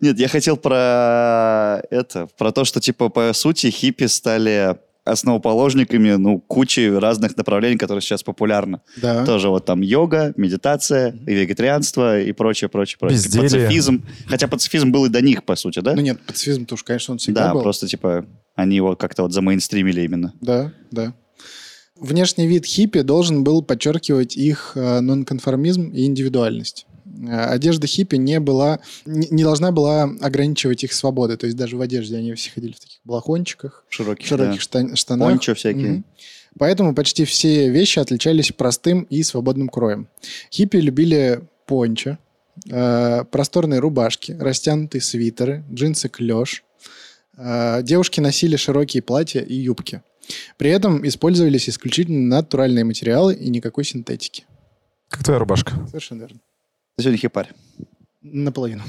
Speaker 2: Нет, я хотел про это, про то, что, типа, по сути, хиппи стали основоположниками, ну, кучи разных направлений, которые сейчас популярны.
Speaker 1: Да.
Speaker 2: Тоже вот там йога, медитация, и вегетарианство и прочее, прочее, прочее.
Speaker 3: Безделие.
Speaker 2: Пацифизм. Хотя пацифизм был и до них, по сути, да?
Speaker 1: Ну нет, пацифизм-то уж, конечно, он всегда
Speaker 2: да,
Speaker 1: был.
Speaker 2: просто, типа, они его как-то вот замейнстримили именно.
Speaker 1: Да, да. Внешний вид хиппи должен был подчеркивать их э, нонконформизм и индивидуальность. Э, Одежда хиппи не была, не не должна была ограничивать их свободы. То есть даже в одежде они все ходили в таких балахончиках, в
Speaker 2: Широких,
Speaker 1: широких
Speaker 2: да.
Speaker 1: штан- штанах.
Speaker 2: Пончо всякие.
Speaker 1: Мгм. Поэтому почти все вещи отличались простым и свободным кроем. Хиппи любили пончо, э, просторные рубашки, растянутые свитеры, джинсы клеш. Э, девушки носили широкие платья и юбки. При этом использовались исключительно натуральные материалы и никакой синтетики.
Speaker 3: Как твоя рубашка?
Speaker 1: Совершенно верно.
Speaker 2: Ты сегодня хипарь. *laughs*
Speaker 1: Наполовину.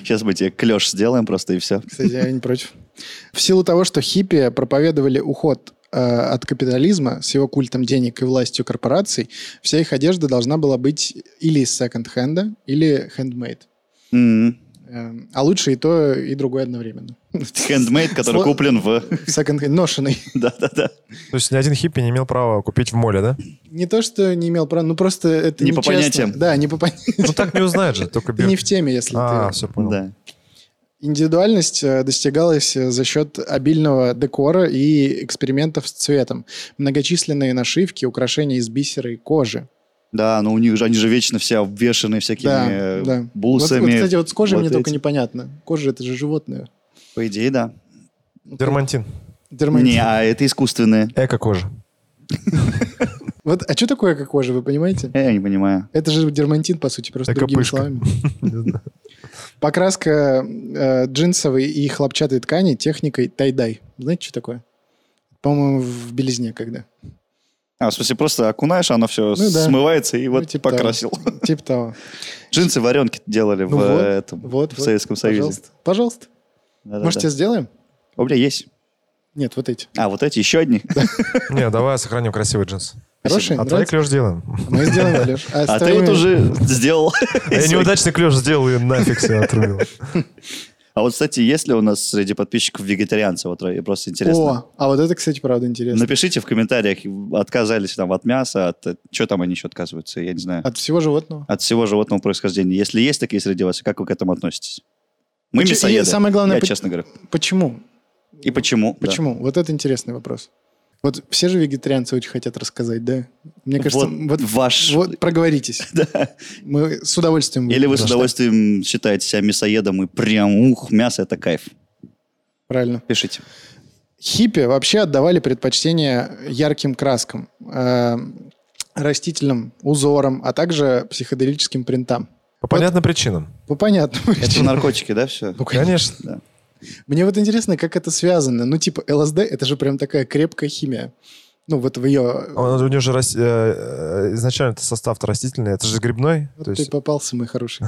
Speaker 2: Сейчас мы тебе клеш сделаем просто и все.
Speaker 1: Кстати, я не против. В силу того, что хиппи проповедовали уход э, от капитализма с его культом денег и властью корпораций, вся их одежда должна была быть или из секонд-хенда, или хендмейд.
Speaker 2: М.
Speaker 1: Эм, А лучше и то, и другое одновременно.
Speaker 2: Хендмейд, который
Speaker 1: Сло-
Speaker 2: куплен в... *laughs*
Speaker 1: Секонд-хенд, ношеный.
Speaker 2: Да-да-да.
Speaker 3: То есть ни один хиппи не имел права купить в моле, да?
Speaker 1: Не то, что не имел права, ну просто это
Speaker 2: Не по
Speaker 1: нечестно.
Speaker 2: понятиям.
Speaker 1: Да, не по понятиям.
Speaker 3: *laughs* Ну так не узнает же, только
Speaker 1: Ты
Speaker 3: бир.
Speaker 1: не в теме, если
Speaker 3: А,
Speaker 1: ты...
Speaker 3: все понял.
Speaker 2: Да.
Speaker 1: Индивидуальность э, достигалась э, за счет обильного декора и экспериментов с цветом. Многочисленные нашивки, украшения из бисера и кожи.
Speaker 2: Да, но у них же, они же вечно все обвешаны всякими
Speaker 1: Да,
Speaker 2: э,
Speaker 1: да.
Speaker 2: бусами.
Speaker 1: Вот, вот, кстати, вот с кожей
Speaker 2: вот
Speaker 1: мне только
Speaker 2: этим.
Speaker 1: непонятно. Кожа это же животное. Ну,
Speaker 2: По идее, да.
Speaker 3: Дермантин.
Speaker 1: Дермантин.
Speaker 2: Не, а это искусственные.
Speaker 3: Эко-кожа.
Speaker 1: Вот, а что такое как кожа, вы понимаете?
Speaker 2: Э, Я не понимаю.
Speaker 1: Это же дермантин, по сути, просто
Speaker 3: Это *laughs*
Speaker 1: другими
Speaker 3: пышка.
Speaker 1: словами.
Speaker 3: Не знаю.
Speaker 1: Покраска э, джинсовой и хлопчатой ткани техникой тайдай. Знаете, что такое? По-моему, в белизне когда.
Speaker 2: А, в смысле, просто окунаешь, а оно все
Speaker 1: Ну да.
Speaker 2: смывается и вот
Speaker 1: Ну, типа того.
Speaker 2: покрасил.
Speaker 1: Типа того.
Speaker 2: *laughs* Джинсы варенки делали
Speaker 1: Ну
Speaker 2: в, э,
Speaker 1: вот,
Speaker 2: этом,
Speaker 1: вот,
Speaker 2: в
Speaker 1: вот,
Speaker 2: Советском Союзе.
Speaker 1: Пожалуйста. Пожалуйста.
Speaker 2: Да-да-да.
Speaker 1: Может, тебе сделаем?
Speaker 2: А У меня есть.
Speaker 1: Нет, вот эти.
Speaker 2: А, вот эти еще одни.
Speaker 3: Не, давай сохраним красивый джинс.
Speaker 1: Хорошие,
Speaker 3: А твои
Speaker 1: нравятся?
Speaker 3: клеш делаем.
Speaker 1: *laughs* Мы сделаем, Алеш.
Speaker 2: *laughs* А ты
Speaker 1: остальные-
Speaker 2: вот уже сделал.
Speaker 3: А Я неудачный клеш сделал и нафиг себя отрубил.
Speaker 2: А вот, кстати, есть ли у нас среди подписчиков вегетарианцы? Вот э, просто интересно.
Speaker 1: О, а вот это, кстати, правда интересно.
Speaker 2: Напишите в комментариях, отказались там от мяса, от... Что там они еще отказываются, я не знаю.
Speaker 1: От всего животного.
Speaker 2: От всего животного происхождения. Если есть такие среди вас, как вы к этому относитесь? Мы
Speaker 1: Поч- и
Speaker 2: мясоеды,
Speaker 1: самое главное,
Speaker 2: я
Speaker 1: поч-
Speaker 2: честно говорю.
Speaker 1: Почему?
Speaker 2: И почему? да.
Speaker 1: Почему? Вот это интересный вопрос. Вот все же вегетарианцы очень хотят рассказать, да? Мне кажется,
Speaker 2: вот,
Speaker 1: вот,
Speaker 2: ваш...
Speaker 1: вот проговоритесь.
Speaker 2: *laughs* Да.
Speaker 1: Мы с удовольствием...
Speaker 2: Или вы с
Speaker 1: будем.
Speaker 2: удовольствием считаете себя мясоедом и прям, ух, мясо это кайф.
Speaker 1: Правильно.
Speaker 2: Пишите.
Speaker 1: Хиппи вообще отдавали предпочтение ярким краскам, э, растительным узорам, а также психоделическим принтам. Ну,
Speaker 3: По понятным причинам.
Speaker 1: По *laughs* понятному.
Speaker 2: Это наркотики, да, все?
Speaker 1: Ну, конечно.
Speaker 3: Конечно.
Speaker 1: Мне вот интересно, как это связано. Ну, типа, ЛСД — это же прям такая крепкая химия. Ну, вот в ее...
Speaker 3: Он- У него же рас- э, э, изначально это состав-то растительный, это же грибной.
Speaker 1: Вот
Speaker 3: То
Speaker 1: ты
Speaker 3: есть
Speaker 1: попался, мой хороший.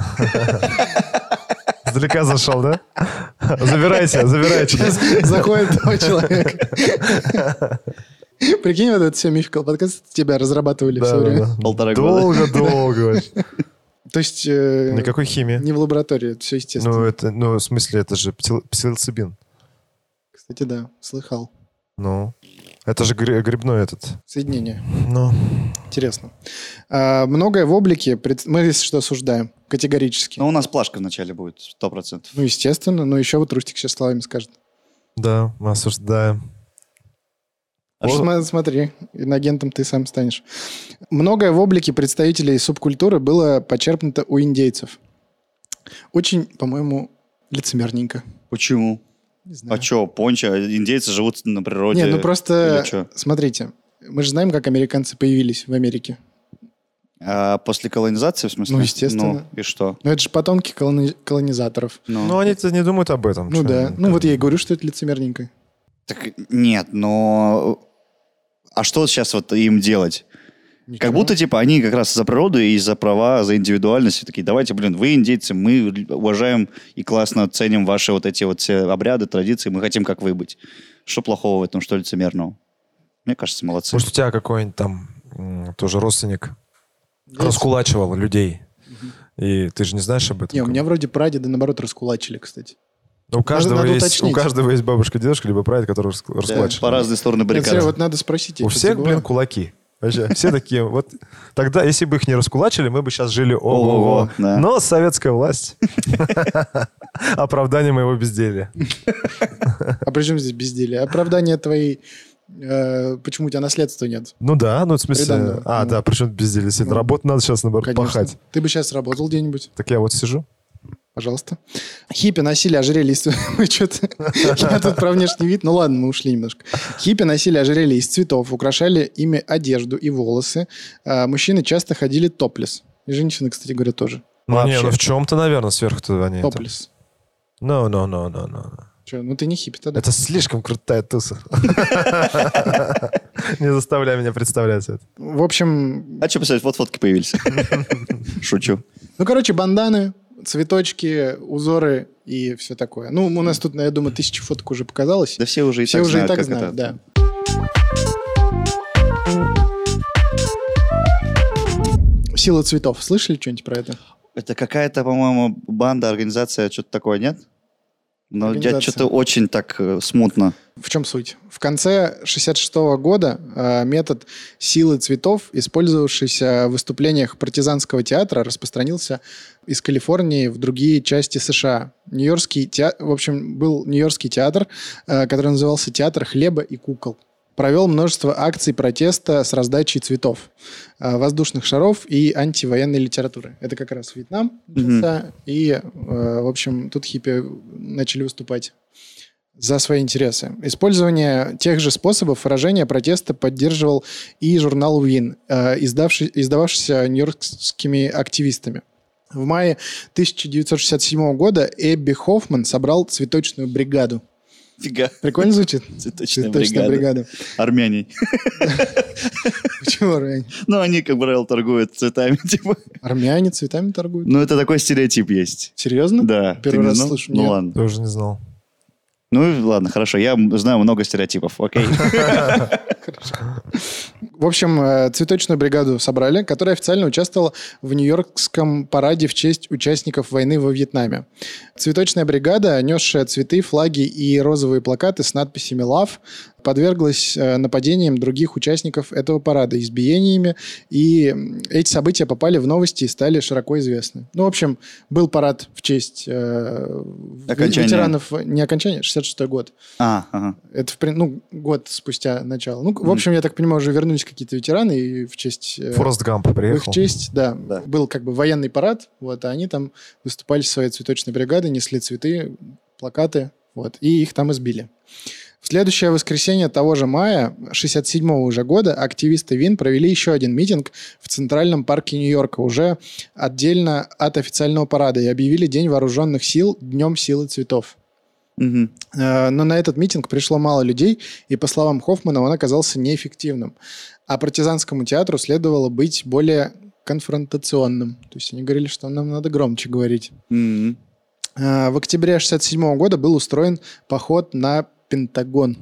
Speaker 3: издалека зашел, да? *laughs* Забирайте, забирайте.
Speaker 1: Заходит два человека. Прикинь, вот это все мификал подкаст тебя разрабатывали все время.
Speaker 2: Полтора
Speaker 3: Долго-долго вообще.
Speaker 1: То есть *laughs* э,
Speaker 3: Никакой химии.
Speaker 1: не в лаборатории, это все
Speaker 3: Ну,
Speaker 1: естественно.
Speaker 3: это, ну, в смысле, это же псил- псилоцибин.
Speaker 1: Кстати, да, слыхал.
Speaker 3: Ну, это же гри- грибной этот.
Speaker 1: Соединение.
Speaker 3: Ну,
Speaker 1: Интересно. А, многое в облике пред- мы если что осуждаем категорически.
Speaker 2: Но Ну, у нас плашка вначале будет, сто процентов.
Speaker 1: Ну, естественно, но еще вот Рустик сейчас словами скажет.
Speaker 3: да, мы осуждаем.
Speaker 2: А что-
Speaker 1: Сма- Смотри, инагентом ты сам станешь. Многое в облике представителей субкультуры было почерпнуто у индейцев. Очень, по-моему, лицемерненько.
Speaker 2: Почему?
Speaker 1: Не знаю.
Speaker 2: А что, пончо? Индейцы живут на природе.
Speaker 1: Не, ну
Speaker 2: или
Speaker 1: просто
Speaker 2: чё?
Speaker 1: смотрите, мы же знаем, как американцы появились в Америке.
Speaker 2: А после колонизации, в смысле?
Speaker 1: Ну, естественно.
Speaker 2: Ну, и что?
Speaker 1: Но это же потомки колони- колонизаторов.
Speaker 3: Ну, они-то не думают об этом.
Speaker 1: Ну
Speaker 3: чё
Speaker 1: да.
Speaker 3: они?
Speaker 1: Ну вот я и говорю, что это лицемерненько.
Speaker 2: Так нет, но... А что сейчас вот им делать? Как
Speaker 1: Ничего.
Speaker 2: будто, типа, они как раз за природу и за права, за индивидуальность. И такие, давайте, блин, вы индейцы, мы л- уважаем и классно ценим ваши вот эти вот все обряды, традиции, мы хотим как вы быть. Что плохого в этом, что лицемерного? Мне кажется, молодцы.
Speaker 3: Может, у тебя какой-нибудь там м, тоже родственник
Speaker 1: Есть?
Speaker 3: раскулачивал людей. И ты же не знаешь об этом?
Speaker 1: Не, у
Speaker 3: как
Speaker 1: меня вроде прадеды, наоборот, раскулачили, кстати.
Speaker 3: бы? У каждого,
Speaker 1: надо
Speaker 3: есть, у
Speaker 1: уточнить.
Speaker 3: каждого есть бабушка, дедушка, либо прадед, который раск-
Speaker 2: Да,
Speaker 3: раскулачивал.
Speaker 2: по разные стороны
Speaker 1: Нет,
Speaker 2: баррикады.
Speaker 1: серьёзно, вот надо спросить. я
Speaker 3: у
Speaker 1: что-то
Speaker 3: всех, блин,
Speaker 1: забываю.
Speaker 3: кулаки. Вообще, все такие, вот тогда, если бы их не раскулачили, мы бы сейчас жили ого-го.
Speaker 2: Ого-го, да.
Speaker 3: Но советская власть. *laughs* Оправдание моего безделия.
Speaker 1: А при чем здесь безделие? Оправдание твоей... э, почему у тебя наследства нет?
Speaker 3: Ну да, ну в смысле...
Speaker 1: Приданное.
Speaker 3: А,
Speaker 1: Ну.
Speaker 3: да, причем безделие. Действительно,
Speaker 1: Ну,
Speaker 3: работу надо сейчас, наоборот,
Speaker 1: Конечно.
Speaker 3: пахать.
Speaker 1: Ты бы сейчас работал где-нибудь,
Speaker 3: Так я вот сижу.
Speaker 1: пожалуйста. Хиппи носили ожерелье *laughs* из... Мы что-то... Я тут про внешний вид. Ну ладно, мы ушли немножко. Хиппи носили ожерелье из цветов, украшали ими одежду и волосы. А Мужчины часто ходили топлес. И женщины, кстати говоря, тоже.
Speaker 3: Ну, не,
Speaker 1: Вообще.
Speaker 3: ну в чем-то, наверное, сверху-то они... там-
Speaker 1: Топлес.
Speaker 3: Ну, ну, ну, ну, ну. ну.
Speaker 1: Че, ну ты не хиппи тогда.
Speaker 3: Это слишком крутая туса. *laughs* Не заставляй меня представлять это.
Speaker 1: В общем,
Speaker 2: А что писать? Вот фотки
Speaker 1: *laughs*
Speaker 2: появились. Шучу.
Speaker 1: ну короче, банданы, цветочки, узоры и все такое. Ну, у нас тут, я думаю, тысячи фоток уже показалось.
Speaker 2: Да все уже и
Speaker 1: Все
Speaker 2: так
Speaker 1: уже
Speaker 2: знают,
Speaker 1: и так
Speaker 2: как
Speaker 1: знают,
Speaker 2: это.
Speaker 1: да. Сила цветов. Слышали что-нибудь про это?
Speaker 2: Это какая-то, по-моему, банда, организация, что-то такое, нет? Но я
Speaker 1: Организация.
Speaker 2: что-то очень так э, смутно.
Speaker 1: В чем суть? В конце 66 года э, метод силы цветов, использовавшийся в выступлениях партизанского театра, распространился из Калифорнии в другие части США. Нью-Йоркский театр, в общем, был Нью-Йоркский театр, э, который назывался «Театр хлеба и кукол». Провел множество акций протеста с раздачей цветов, э, воздушных шаров и антивоенной литературы. Это как раз Вьетнам. начался, И, э, в общем, тут хиппи начали выступать за свои интересы. Использование тех же способов выражения протеста поддерживал и журнал «Уин», э, издавший- издававшийся нью-йоркскими активистами. В мае 1967 года Эбби Хоффман собрал цветочную бригаду.
Speaker 2: Фига.
Speaker 1: Прикольно
Speaker 2: *laughs*
Speaker 1: звучит?
Speaker 2: Цветочная, бригада. Армений.
Speaker 1: Почему армяне?
Speaker 2: *laughs* Ну, они, как правило, торгуют цветами, *laughs* типа.
Speaker 1: Армяне цветами торгуют.
Speaker 2: Ну, это такой стереотип есть.
Speaker 1: Серьезно?
Speaker 2: Да.
Speaker 1: Ну, Первый
Speaker 2: Ты не
Speaker 1: раз
Speaker 2: знал?
Speaker 1: слышу,
Speaker 2: Ну,
Speaker 1: нет.
Speaker 2: ладно.
Speaker 3: Тоже не знал.
Speaker 2: Ну, и ладно, хорошо. Я м- знаю много стереотипов, окей.
Speaker 1: *laughs* В общем, э, цветочную бригаду собрали, которая официально участвовала в Нью-Йоркском параде в честь участников войны во Вьетнаме. Цветочная бригада, несшая цветы, флаги и розовые плакаты с надписями «Love», подверглась э, нападениям других участников этого парада, избиениями, и м, эти события попали в новости и стали широко известны. Ну, в общем, был парад в честь э,
Speaker 2: Окончания.
Speaker 1: ветеранов, не окончания, 66-й год.
Speaker 2: А, ага.
Speaker 1: Это, в, прин- ну, год спустя начало. Ну, в общем, я так понимаю, уже вернулись какие-то ветераны, и в честь... э,
Speaker 3: Форест Гамп
Speaker 1: в их
Speaker 3: приехал.
Speaker 1: честь, да,
Speaker 2: Да.
Speaker 1: был как бы военный парад, вот, а они там выступали со своей цветочной бригадой, несли цветы, плакаты, вот, и их там избили. В следующее воскресенье того же мая, 67 уже года, активисты ВИН провели еще один митинг в Центральном парке Нью-Йорка, уже отдельно от официального парада, и объявили День вооруженных сил Днем силы цветов.
Speaker 2: Мгм.
Speaker 1: Э, Но на этот митинг пришло мало людей, и, по словам Хоффмана, он оказался неэффективным. А партизанскому театру следовало быть более конфронтационным. То есть они говорили, что нам надо громче говорить.
Speaker 2: Мгм.
Speaker 1: Э, В октябре 1967 года был устроен поход на Пентагон.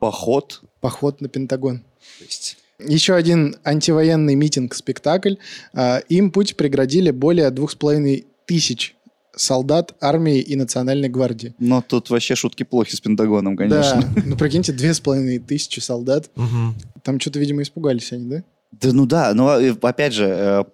Speaker 2: Поход.
Speaker 1: Поход на Пентагон.
Speaker 2: То есть,
Speaker 1: Еще один антивоенный митинг-спектакль. Э, Им путь преградили более двух с половиной тысяч солдат армии и национальной гвардии.
Speaker 2: Но тут вообще шутки плохи с Пентагоном, конечно.
Speaker 1: Да, ну прикиньте, две с половиной тысячи солдат
Speaker 3: Мгм.
Speaker 1: Там что-то, видимо, испугались они, да?
Speaker 2: Да ну да, но э, опять же,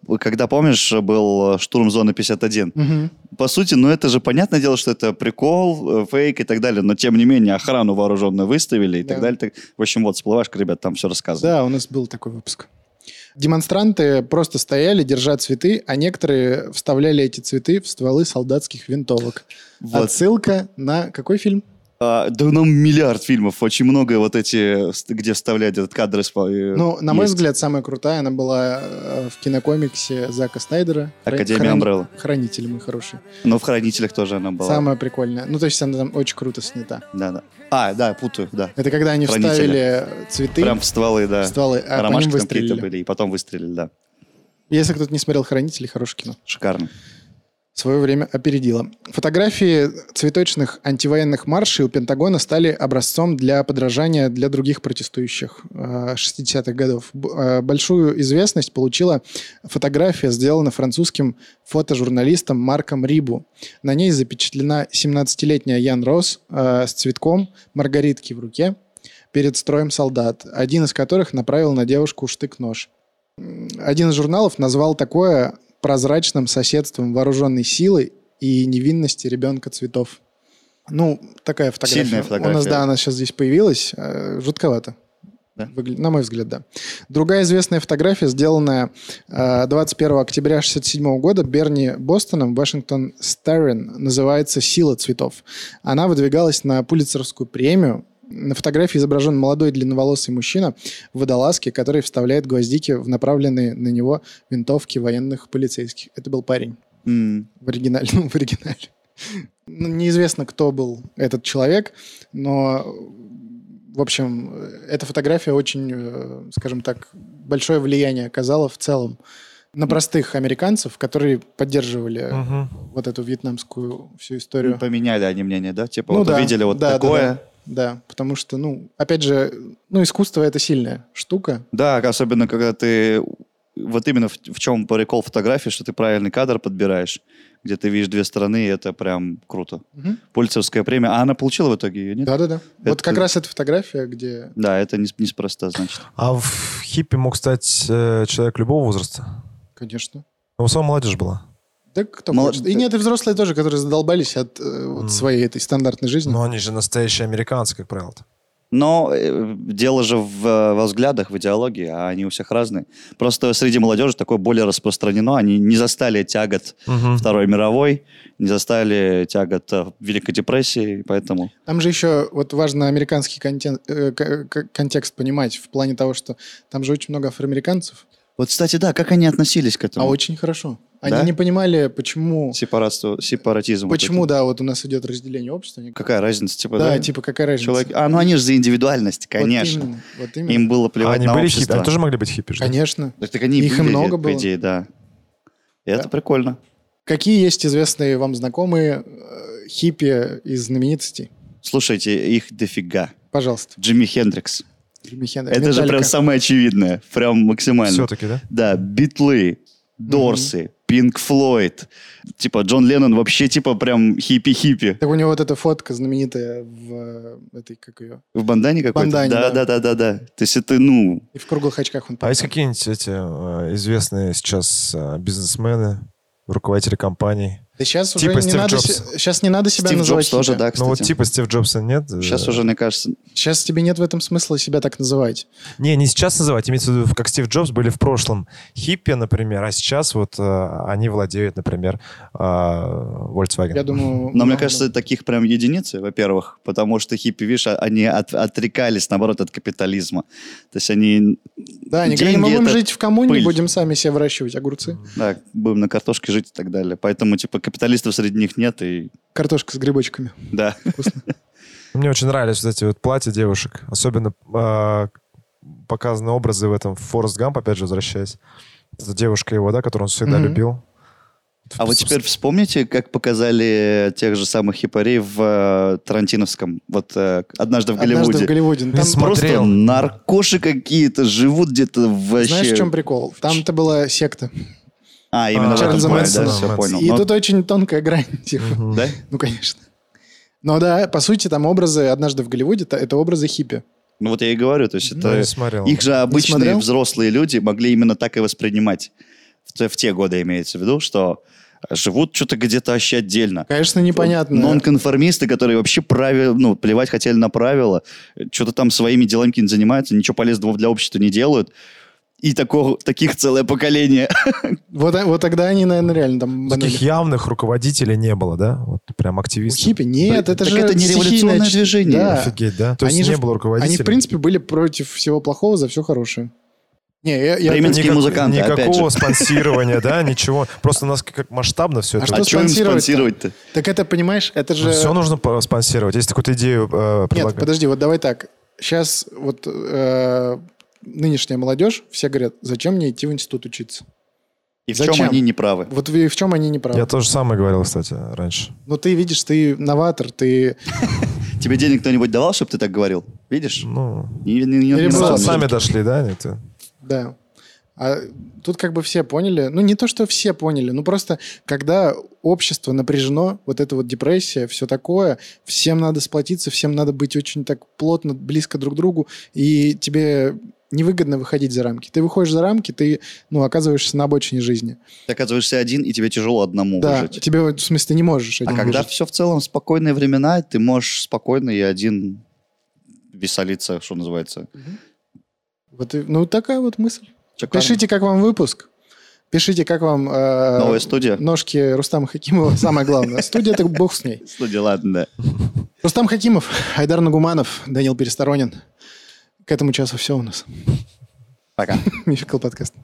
Speaker 2: э, когда помнишь, был э, штурм зоны 51, по сути, ну это же понятное дело, что это прикол, э, фейк и так далее, но тем не менее охрану вооруженную выставили и так
Speaker 1: Да.
Speaker 2: далее. Так- В общем, вот всплывашка, ребят, там все рассказано.
Speaker 1: Да, у нас был такой выпуск. Демонстранты просто стояли, держа цветы, а некоторые вставляли эти цветы в стволы солдатских винтовок.
Speaker 2: Вот.
Speaker 1: Отсылка на какой фильм?
Speaker 2: А, да нам миллиард фильмов, очень много вот эти, ст- где вставляют этот кадр. из по- э,
Speaker 1: Ну, на мой
Speaker 2: есть.
Speaker 1: взгляд, самая крутая, она была э, в кинокомиксе Зака Снайдера. Хра-
Speaker 2: Академия
Speaker 1: хран-
Speaker 2: Umbrella.
Speaker 1: Хранитель мой хороший.
Speaker 2: Но Ну, в «Хранителях» тоже она была.
Speaker 1: Самая прикольная. Ну, то есть она там очень круто снята.
Speaker 2: Да, да. А, да, путаю, да.
Speaker 1: Это когда они
Speaker 2: Хранители.
Speaker 1: вставили цветы
Speaker 2: Прям в стволы,
Speaker 1: в
Speaker 2: да.
Speaker 1: стволы, а по ним
Speaker 2: Ромашки там какие-то
Speaker 1: выстрелили.
Speaker 2: были, и потом выстрелили, да.
Speaker 1: Если кто-то не смотрел «Хранители», хорошее кино.
Speaker 2: Шикарно.
Speaker 1: свое время опередила. Фотографии цветочных антивоенных маршей у Пентагона стали образцом для подражания для других протестующих э, 60-х годов. Б- э, Большую известность получила фотография, сделанная французским фотожурналистом Марком Рибу. На ней запечатлена 17-летняя Ян Росс э, с цветком маргаритки в руке перед строем солдат, один из которых направил на девушку штык-нож. М, Один из журналов назвал такое прозрачным соседством вооруженной силы и невинности ребенка цветов. Ну, такая фотография.
Speaker 2: Сильная фотография.
Speaker 1: У нас, да, она сейчас здесь появилась. э, Жутковато.
Speaker 2: Да?
Speaker 1: Выгля- На мой взгляд, да. Другая известная фотография, сделанная э, 21 октября 1967 года Берни Бостоном, Вашингтон Стеррин, называется «Сила цветов». Она выдвигалась на Пулитцеровскую премию. На фотографии изображен молодой длинноволосый мужчина в водолазке, который вставляет гвоздики в направленные на него винтовки военных полицейских. Это был парень
Speaker 2: М.
Speaker 1: в оригинале. *laughs* Ну, в оригинале. Ну, неизвестно, кто был этот человек, но, в общем, э, эта фотография очень, э, скажем так, большое влияние оказала в целом на простых американцев, которые поддерживали
Speaker 3: Мгм.
Speaker 1: вот эту вьетнамскую всю
Speaker 2: Ну,
Speaker 1: историю.
Speaker 2: Поменяли они мнение, да? Типа,
Speaker 1: Ну
Speaker 2: вот
Speaker 1: да,
Speaker 2: увидели вот
Speaker 1: да, да,
Speaker 2: такое.
Speaker 1: Да, потому что, ну, опять же, ну, искусство — это сильная штука.
Speaker 2: Да, особенно когда ты... Вот именно в, в чем прикол фотографии, что ты правильный кадр подбираешь, где ты видишь две стороны, и это прям круто.
Speaker 1: Мгм.
Speaker 2: Пульцевская премия. А она получила в итоге ее, нет?
Speaker 1: Да-да-да. Вот
Speaker 2: Это-
Speaker 1: как раз эта фотография, где...
Speaker 2: Да, это не, неспроста, значит.
Speaker 3: А в хиппи мог стать э, человек любого возраста.
Speaker 1: Конечно.
Speaker 3: Ну, сама молодежь была.
Speaker 1: Да кто
Speaker 2: Мало-
Speaker 1: хочет. И нет, и взрослые тоже, которые задолбались от э, вот
Speaker 3: М.
Speaker 1: своей этой стандартной жизни.
Speaker 3: Но они же настоящие американцы, как правило.
Speaker 2: Но э, дело же в, э, во взглядах, в идеологии, а они у всех разные. Просто среди молодежи такое более распространено. Они не застали тягот Второй мировой, не застали тягот э, Великой депрессии, поэтому...
Speaker 1: Там же еще вот важно американский контен- э, к- к- контекст понимать в плане того, что там же очень много афроамериканцев,
Speaker 2: Вот, кстати, да, как они относились к этому?
Speaker 1: а очень хорошо. Они
Speaker 2: Да?
Speaker 1: не понимали, почему,
Speaker 2: Сепаратство, сепаратизм. вот
Speaker 1: почему,
Speaker 2: это.
Speaker 1: да, вот у нас идет разделение общества. Они-
Speaker 2: Какая разница, типа,
Speaker 1: да,
Speaker 2: да?
Speaker 1: типа какая разница?
Speaker 2: Человек... А, ну они же за индивидуальность,
Speaker 1: Вот
Speaker 2: конечно.
Speaker 1: именно, Вот именно.
Speaker 2: Им было
Speaker 3: А
Speaker 2: плевать
Speaker 3: они
Speaker 2: на
Speaker 3: были хиппи?
Speaker 2: общество.
Speaker 3: Они тоже могли быть хиппи же?
Speaker 1: Конечно.
Speaker 2: Так, так они и
Speaker 1: Их и
Speaker 2: были,
Speaker 1: много было.
Speaker 2: по идее, да. И Это
Speaker 1: Да.
Speaker 2: прикольно.
Speaker 1: Какие есть известные вам знакомые э, хиппи из знаменитостей?
Speaker 2: Слушайте, их дофига.
Speaker 1: Пожалуйста.
Speaker 2: Джимми Хендрикс.
Speaker 1: Джимми Хендрикс,
Speaker 2: Это же
Speaker 1: Металлика.
Speaker 2: прям самое очевидное. Прям максимально.
Speaker 3: Все-таки, да?
Speaker 2: Да, Битлы, Дорсы, Пинк Флойд. Типа Джон Леннон вообще типа прям хиппи-хиппи.
Speaker 1: Так у него вот эта фотка знаменитая в э, этой, как ее,
Speaker 2: В бандане какой-то?
Speaker 1: Бандане,
Speaker 2: да,
Speaker 1: да.
Speaker 2: да, да, да, да. То есть это, ну,
Speaker 1: и в круглых очках он.
Speaker 3: А есть какие-нибудь эти э, известные сейчас э, бизнесмены, руководители компаний?
Speaker 1: Да сейчас
Speaker 3: Типа
Speaker 1: уже не
Speaker 3: Стив
Speaker 1: надо,
Speaker 3: Джобс.
Speaker 1: сейчас не надо себя
Speaker 2: Стив
Speaker 1: называть
Speaker 2: Джобс тоже,
Speaker 1: хиппи.
Speaker 2: да,
Speaker 3: Ну вот
Speaker 2: кстати.
Speaker 3: типа Стив Джобса нет? э,
Speaker 2: Сейчас уже, мне кажется,
Speaker 1: Сейчас тебе нет в этом смысла себя так называть.
Speaker 3: Не, не сейчас называть, имеется в виду, как Стив Джобс были в прошлом хиппи, например, а сейчас вот э, они владеют, например, э, Volkswagen.
Speaker 1: Я думаю...
Speaker 2: Но мне
Speaker 1: много-
Speaker 2: кажется, таких прям единицы, во-первых, потому что хиппи, видишь, а- они от- отрекались, наоборот, от капитализма. То есть они,
Speaker 1: Да, они говорят, мы
Speaker 2: деньги
Speaker 1: будем
Speaker 2: это
Speaker 1: жить в коммуне,
Speaker 2: пыль.
Speaker 1: будем сами себе выращивать огурцы.
Speaker 2: да, будем на картошке жить и так далее. Поэтому, типа, капиталистов среди них нет, и
Speaker 1: Картошка с грибочками.
Speaker 2: да. *laughs*
Speaker 3: Мне очень нравились вот эти вот платья девушек, особенно э, показаны образы в этом Форест Гамп, опять же, возвращаясь. Это девушка его, да, которую он всегда
Speaker 1: Мгм.
Speaker 3: любил.
Speaker 2: А вот
Speaker 3: *laughs*
Speaker 2: теперь вспомните, как показали тех же самых хипарей в э, Тарантиновском, вот э,
Speaker 1: Однажды
Speaker 2: «Однажды в
Speaker 1: в
Speaker 2: Голливуде».
Speaker 1: Голливуде. Ну,
Speaker 3: Не
Speaker 1: Там,
Speaker 3: см-
Speaker 2: Просто
Speaker 3: Смотрел.
Speaker 2: наркоши какие-то живут где-то вообще.
Speaker 1: знаешь, в чем прикол? Там-то была секта.
Speaker 2: А, именно
Speaker 3: А,
Speaker 2: в этом
Speaker 1: Чарльза
Speaker 2: плане, да,
Speaker 1: Мэнсона.
Speaker 2: все понял.
Speaker 1: И
Speaker 2: Ну, Но-
Speaker 1: тут очень тонкая грань, *laughs* типа.
Speaker 3: Мгм.
Speaker 2: Да?
Speaker 1: Ну, конечно. Но да, по сути, там образы «Однажды в Голливуде» — та- это образы хиппи.
Speaker 2: Ну вот я и говорю, то есть
Speaker 3: Ну, я
Speaker 2: это...
Speaker 3: не смотрел.
Speaker 2: Их же обычные
Speaker 1: смотрел?
Speaker 2: взрослые люди могли именно так и воспринимать. В те, в те годы имеется в виду, что живут что-то где-то вообще отдельно.
Speaker 1: Конечно,
Speaker 3: Ну,
Speaker 1: непонятно.
Speaker 2: Нонконформисты, которые вообще правил, ну, плевать хотели на правила, что-то там своими делами не занимаются, ничего полезного для общества не делают. И такого, таких целое поколение.
Speaker 1: Вот, а, вот тогда они, наверное, реально там...
Speaker 3: Таких
Speaker 1: банали.
Speaker 3: явных руководителей не было, да? Вот прям
Speaker 1: У
Speaker 3: активистов.
Speaker 1: хиппи? Нет, это
Speaker 2: Так
Speaker 1: же
Speaker 2: это не
Speaker 1: стихийное
Speaker 2: революционное
Speaker 1: ч-
Speaker 2: движение.
Speaker 1: Да.
Speaker 3: Офигеть, да? То
Speaker 1: Они
Speaker 3: есть
Speaker 1: же
Speaker 3: не
Speaker 1: в-
Speaker 3: было руководителей.
Speaker 1: Они, в принципе, были против всего плохого за все хорошее. Не, я... я-
Speaker 2: Примерно Минские
Speaker 3: Никак-
Speaker 2: музыканты, опять
Speaker 3: Никакого
Speaker 2: же.
Speaker 3: спонсирования, да, ничего. Просто у нас как масштабно
Speaker 1: А
Speaker 3: все это.
Speaker 1: что
Speaker 2: А что им
Speaker 1: спонсировать-то?
Speaker 2: спонсировать-то?
Speaker 1: Так это, понимаешь, это же...
Speaker 3: Все нужно по- спонсировать. Если какую-то идею э,
Speaker 1: Нет,
Speaker 3: предлагать.
Speaker 1: подожди, вот давай так. Сейчас вот э, нынешняя молодежь, все говорят, зачем мне идти в институт учиться?
Speaker 2: И в
Speaker 1: Зачем?
Speaker 2: чем они неправы?
Speaker 1: Вот в, в чем они не правы?
Speaker 3: Я то же самое говорил, кстати, раньше.
Speaker 1: Ну, ты видишь, ты новатор, ты...
Speaker 2: Тебе денег кто-нибудь давал, чтобы ты так говорил? Видишь?
Speaker 3: Ну,
Speaker 2: Не- не- не- не
Speaker 1: Или
Speaker 2: нужно.
Speaker 1: было
Speaker 3: сами дошли, да? они это?
Speaker 1: Да. А тут как бы все поняли, ну не то, что все поняли, ну просто когда общество напряжено, вот эта вот депрессия, все такое, всем надо сплотиться, всем надо быть очень так плотно, близко друг к другу, и тебе невыгодно выходить за рамки. Ты выходишь за рамки, ты, ну, оказываешься на обочине жизни.
Speaker 2: Ты оказываешься один, и тебе тяжело одному
Speaker 1: да,
Speaker 2: выжить.
Speaker 1: тебе, вот, в смысле, ты не можешь
Speaker 2: А
Speaker 1: этим
Speaker 2: когда
Speaker 1: выжить.
Speaker 2: все в целом спокойные времена, ты можешь спокойно и один веселиться, что называется.
Speaker 1: Вот, и- ну, такая вот мысль.
Speaker 2: Шикарно.
Speaker 1: Пишите, как вам выпуск. Пишите, как вам э,
Speaker 2: Новая студия.
Speaker 1: ножки Рустама Хакимова, самое главное. Студия, так бог с ней.
Speaker 2: Студия, ладно, да.
Speaker 1: Рустам Хакимов, Айдар Нагуманов, Данил Пересторонин. К этому часу все у нас. *laughs*
Speaker 2: Пока.
Speaker 1: Мификал подкаст.